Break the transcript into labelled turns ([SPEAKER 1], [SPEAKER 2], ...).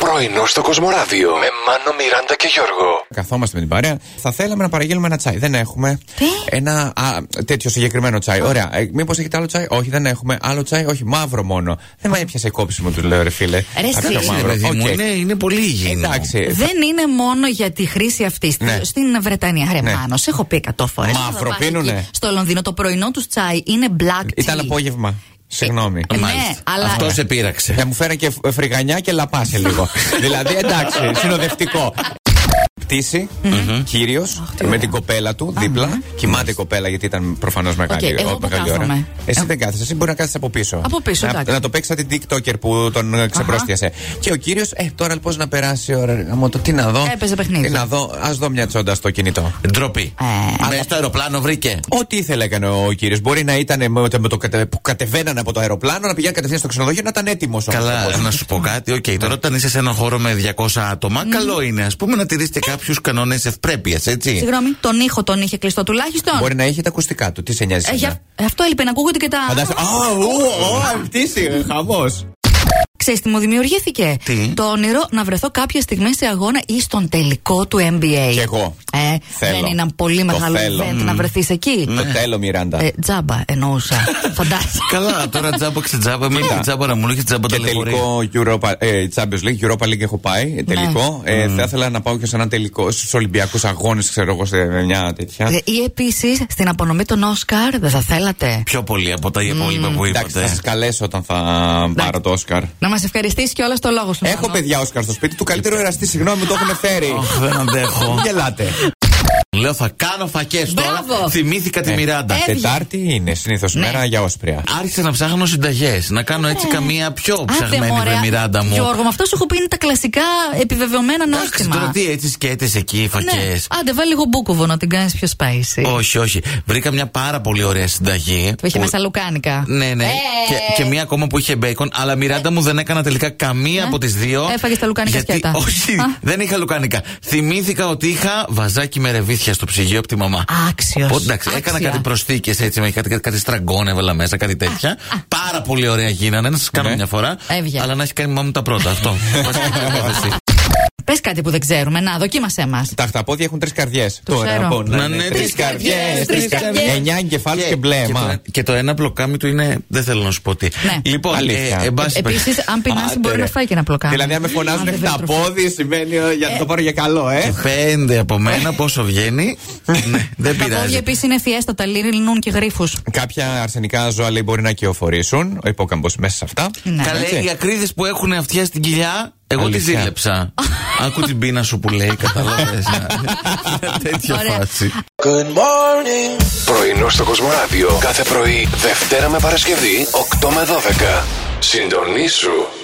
[SPEAKER 1] Πρωινό στο Κοσμοράδιο με Μάνο, Μιράντα και Γιώργο.
[SPEAKER 2] Καθόμαστε με την παρέα. Θα θέλαμε να παραγγείλουμε ένα τσάι. Δεν έχουμε.
[SPEAKER 3] Τι?
[SPEAKER 2] Ένα α, τέτοιο συγκεκριμένο τσάι. Ωραία. Ε, Μήπως έχετε άλλο τσάι. Όχι, δεν έχουμε. Άλλο τσάι. Όχι, μαύρο μόνο. Δεν με έπιασε κόψιμο, του λέω, ρε φίλε. Αυτό
[SPEAKER 3] εσύ.
[SPEAKER 2] μαύρο.
[SPEAKER 4] Ρε παιδί μου,
[SPEAKER 2] Οκ.
[SPEAKER 4] είναι, είναι πολύ υγιεινό.
[SPEAKER 2] Εντάξει.
[SPEAKER 3] Δεν είναι μόνο για τη χρήση αυτή.
[SPEAKER 2] Ε, Ναι.
[SPEAKER 3] Στην Βρετανία, ρε
[SPEAKER 2] Ναι.
[SPEAKER 3] Μάνος, σε έχω πει 100 φορές.
[SPEAKER 2] Μαύρο πίνουνε.
[SPEAKER 3] Στο Λονδίνο το πρωινό τους τσάι είναι black tea.
[SPEAKER 2] Ήταν απόγευμα. Συγγνώμη.
[SPEAKER 3] Ε, ναι,
[SPEAKER 4] Μάλιστα.
[SPEAKER 3] αλλά-
[SPEAKER 4] Αυτό σε πείραξε.
[SPEAKER 2] Ε, μου φέραν και φ- φρυγανιά και λαπάσε λίγο. δηλαδή εντάξει, συνοδευτικό. Πτήση, κύριο, με την κοπέλα του δίπλα. Κοιμάται η κοπέλα γιατί ήταν προφανώς μεγάλη,
[SPEAKER 3] Οκ, εγώ
[SPEAKER 2] ο-
[SPEAKER 3] που
[SPEAKER 2] μεγάλη ώρα.
[SPEAKER 3] κάθομαι.
[SPEAKER 2] Εσύ δεν κάθεσαι, εσύ μπορεί να κάθεσαι από πίσω.
[SPEAKER 3] Από πίσω,
[SPEAKER 2] να,
[SPEAKER 3] εντάξει.
[SPEAKER 2] να το παίξεις σαν την TikToker που τον ε, ξεπρόστιασε. Και ο κύριος, ε, τώρα πώ να περάσει ώρα, ρε, γαμώτο, τι να δω.
[SPEAKER 3] Έπαιζε παιχνίδι.
[SPEAKER 2] Τι να δω, ας δω μια τσόντα στο κινητό.
[SPEAKER 4] Ντροπή.
[SPEAKER 3] Ε.
[SPEAKER 4] Μέσα στο αεροπλάνο βρήκε.
[SPEAKER 2] Ό,τι ήθελε έκανε ο κύριος. Μπορεί να ήταν με, με το κατε- που κατεβαίνανε από το αεροπλάνο, να πηγαίνει κατευθείαν στο ξενοδοχείο, να ήταν έτοιμος
[SPEAKER 4] Καλά,
[SPEAKER 2] ε,
[SPEAKER 4] να σου πω κάτι. Οκ, τώρα όταν είσαι σε έναν χώρο με 200 άτομα, καλό είναι ας πούμε να τηρήσετε κάποιους κανόνες ευπρέπειας, έτσι.
[SPEAKER 3] Συγγνώμη, τον ήχο τον είχε κλειστό τουλάχιστον.
[SPEAKER 2] Μπορεί να είχε τα ακουστικά του. Τι σε νοιάζει.
[SPEAKER 3] Ε, γι'
[SPEAKER 2] εμένα.
[SPEAKER 3] αυ- αυτό έλειπε να ακούγονται και τα.
[SPEAKER 2] Φαντάζεσαι. Α, ου, ω, αμπτήση, χαμός.
[SPEAKER 3] Ξέρεις τι μου δημιουργήθηκε.
[SPEAKER 4] Τι?
[SPEAKER 3] Το όνειρο να βρεθώ κάποια στιγμή σε αγώνα ή στον τελικό του NBA.
[SPEAKER 2] Κι εγώ.
[SPEAKER 3] Ε,
[SPEAKER 2] Θέλω.
[SPEAKER 3] Δεν είναι ένα πολύ
[SPEAKER 2] Το
[SPEAKER 3] μεγάλο
[SPEAKER 2] θέλω. Ναι.
[SPEAKER 3] event να βρεθείς εκεί.
[SPEAKER 2] Το τέλο, Μιράντα.
[SPEAKER 3] Ε, τζάμπα εννοούσα. Φαντάζεσαι.
[SPEAKER 4] Καλά, τώρα τζάμπα ξετζάμπα. Μην
[SPEAKER 2] Κοίτα.
[SPEAKER 4] τζάμπα να μου λέει τζάμπα
[SPEAKER 2] Και
[SPEAKER 4] τα λεωφορεία.
[SPEAKER 2] τελικό Europa, ε, Champions League, Europa League έχω πάει. ε, Τελικό. Ε, θα ήθελα να πάω και σε ένα τελικό, στους Ολυμπιακούς Αγώνες, ξέρω εγώ, σε μια τέτοια.
[SPEAKER 3] Ε, Ή επίσης στην απονομή των Όσκαρ, δεν θα θέλατε.
[SPEAKER 4] Πιο πολύ από τα υπόλοιπα που
[SPEAKER 2] Εντάξει, θα
[SPEAKER 4] είπατε.
[SPEAKER 2] σας καλέσω όταν θα πάρω το Όσκαρ.
[SPEAKER 3] Να μας ευχαριστήσεις και όλα στο λόγο σου.
[SPEAKER 2] Έχω
[SPEAKER 3] Μάνο.
[SPEAKER 2] παιδιά Όσκαρ στο σπίτι του καλύτερου εραστή, συγγνώμη, μου το έχουν φέρει.
[SPEAKER 4] Αχ, δεν αντέχω.
[SPEAKER 2] Μην Γελάτε.
[SPEAKER 4] Λέω θα κάνω φακές τώρα.
[SPEAKER 3] Μπράβο.
[SPEAKER 4] Θυμήθηκα τη
[SPEAKER 2] Ε.
[SPEAKER 4] Μιράντα.
[SPEAKER 3] Ε. Έφυγε.
[SPEAKER 2] Τετάρτη είναι συνήθως μέρα για όσπρια.
[SPEAKER 4] Άρχισα να ψάχνω συνταγές. Να κάνω έτσι καμία πιο ψαγμένη
[SPEAKER 3] μωρέ.
[SPEAKER 4] βρε Μιράντα μου.
[SPEAKER 3] Γιώργο, με αυτό σου έχω πει είναι τα κλασικά επιβεβαιωμένα
[SPEAKER 4] Εντάξει,
[SPEAKER 3] νόστιμα.
[SPEAKER 4] τώρα τι έτσι σκέτες εκεί, φακέ.
[SPEAKER 3] Ναι. Άντε, βάλει λίγο μπούκοβο να την κάνεις πιο spicy.
[SPEAKER 4] Όχι, όχι. Βρήκα μια πάρα πολύ ωραία συνταγή.
[SPEAKER 3] Που είχε
[SPEAKER 4] που-
[SPEAKER 3] μέσα λουκάνικα.
[SPEAKER 4] Ναι, ναι.
[SPEAKER 3] Ε,
[SPEAKER 4] Και, και μία ακόμα που είχε μπέικον. Αλλά Μιράντα μου δεν έκανα τελικά καμία από τις δύο.
[SPEAKER 3] Ναι. Έφαγες τα λουκάνικα
[SPEAKER 4] γιατί,
[SPEAKER 3] σκέτα.
[SPEAKER 4] Όχι,
[SPEAKER 3] Α.
[SPEAKER 4] δεν είχα λουκάνικα. Θυμήθηκα ότι είχα βαζάκι με ρεβίθια στο ψυγείο από τη μαμά.
[SPEAKER 3] Άξιος.
[SPEAKER 4] Οπότε, εντάξει, έκανα
[SPEAKER 3] Άξια.
[SPEAKER 4] κάτι προστίκε έτσι, με κάτι, κάτι στραγκόν έβαλα μέσα, κάτι τέτοια. Πάρα πολύ ωραία γίνανε. Να σας κάνω
[SPEAKER 2] Ναι.
[SPEAKER 4] μια φορά.
[SPEAKER 3] Έβγε.
[SPEAKER 4] Αλλά να έχει κάνει η μαμά μου τα πρώτα. Αυτό. Βασική προπόθεση.
[SPEAKER 3] Πε κάτι που δεν ξέρουμε. Να, δοκίμασέ μας.
[SPEAKER 2] Τα χταπόδια έχουν τρεις καρδιές.
[SPEAKER 3] Το ξέρω.
[SPEAKER 4] Να είναι τρεις
[SPEAKER 3] καρδιές, τρεις καρδιές.
[SPEAKER 2] Εννιά εγκεφάλους και μπλε.
[SPEAKER 4] Ε, και,
[SPEAKER 2] μα.
[SPEAKER 4] το, και το ένα μπλοκάμι του είναι. Δεν θέλω να σου πω τι.
[SPEAKER 3] Ναι.
[SPEAKER 4] Λοιπόν,
[SPEAKER 2] Αλήθεια.
[SPEAKER 4] ε, εν πάση περιπτώσει-
[SPEAKER 3] Επίσης, αν πεινάσει,
[SPEAKER 2] Άντε,
[SPEAKER 3] μπορεί
[SPEAKER 2] ρε.
[SPEAKER 3] να φάει και ένα πλοκάμι.
[SPEAKER 2] Δηλαδή, αν με φωνάζουν
[SPEAKER 3] Αν δεν βρει τροφή.
[SPEAKER 2] χταπόδι, σημαίνει ε, για να το πάρω για καλό, ε.
[SPEAKER 4] Πέντε από μένα, πόσο βγαίνει. ναι, δεν
[SPEAKER 3] Τα πόδια
[SPEAKER 4] πειράζει.
[SPEAKER 3] επίσης είναι φιέστατα, λύνουν και γρήφου.
[SPEAKER 2] Κάποια αρσενικά ζώα λέει μπορεί να κυοφορήσουν. Ο υπόκαμπος μέσα σε αυτά.
[SPEAKER 3] Ναι.
[SPEAKER 4] Καλέ,
[SPEAKER 2] Έτσι.
[SPEAKER 4] οι ακρίδες που έχουν αυτιά στην κοιλιά, εγώ τη
[SPEAKER 2] Αλήθεια.
[SPEAKER 4] ζήλεψα. Άκου την πείνα σου που λέει, καταλαβες. Μια τέτοια
[SPEAKER 3] Ωραία.
[SPEAKER 4] φάση.
[SPEAKER 1] Πρωινό στο Κοσμοράδιο κάθε πρωί, Δευτέρα με Παρασκευή, 8 με 12. Συντονίσου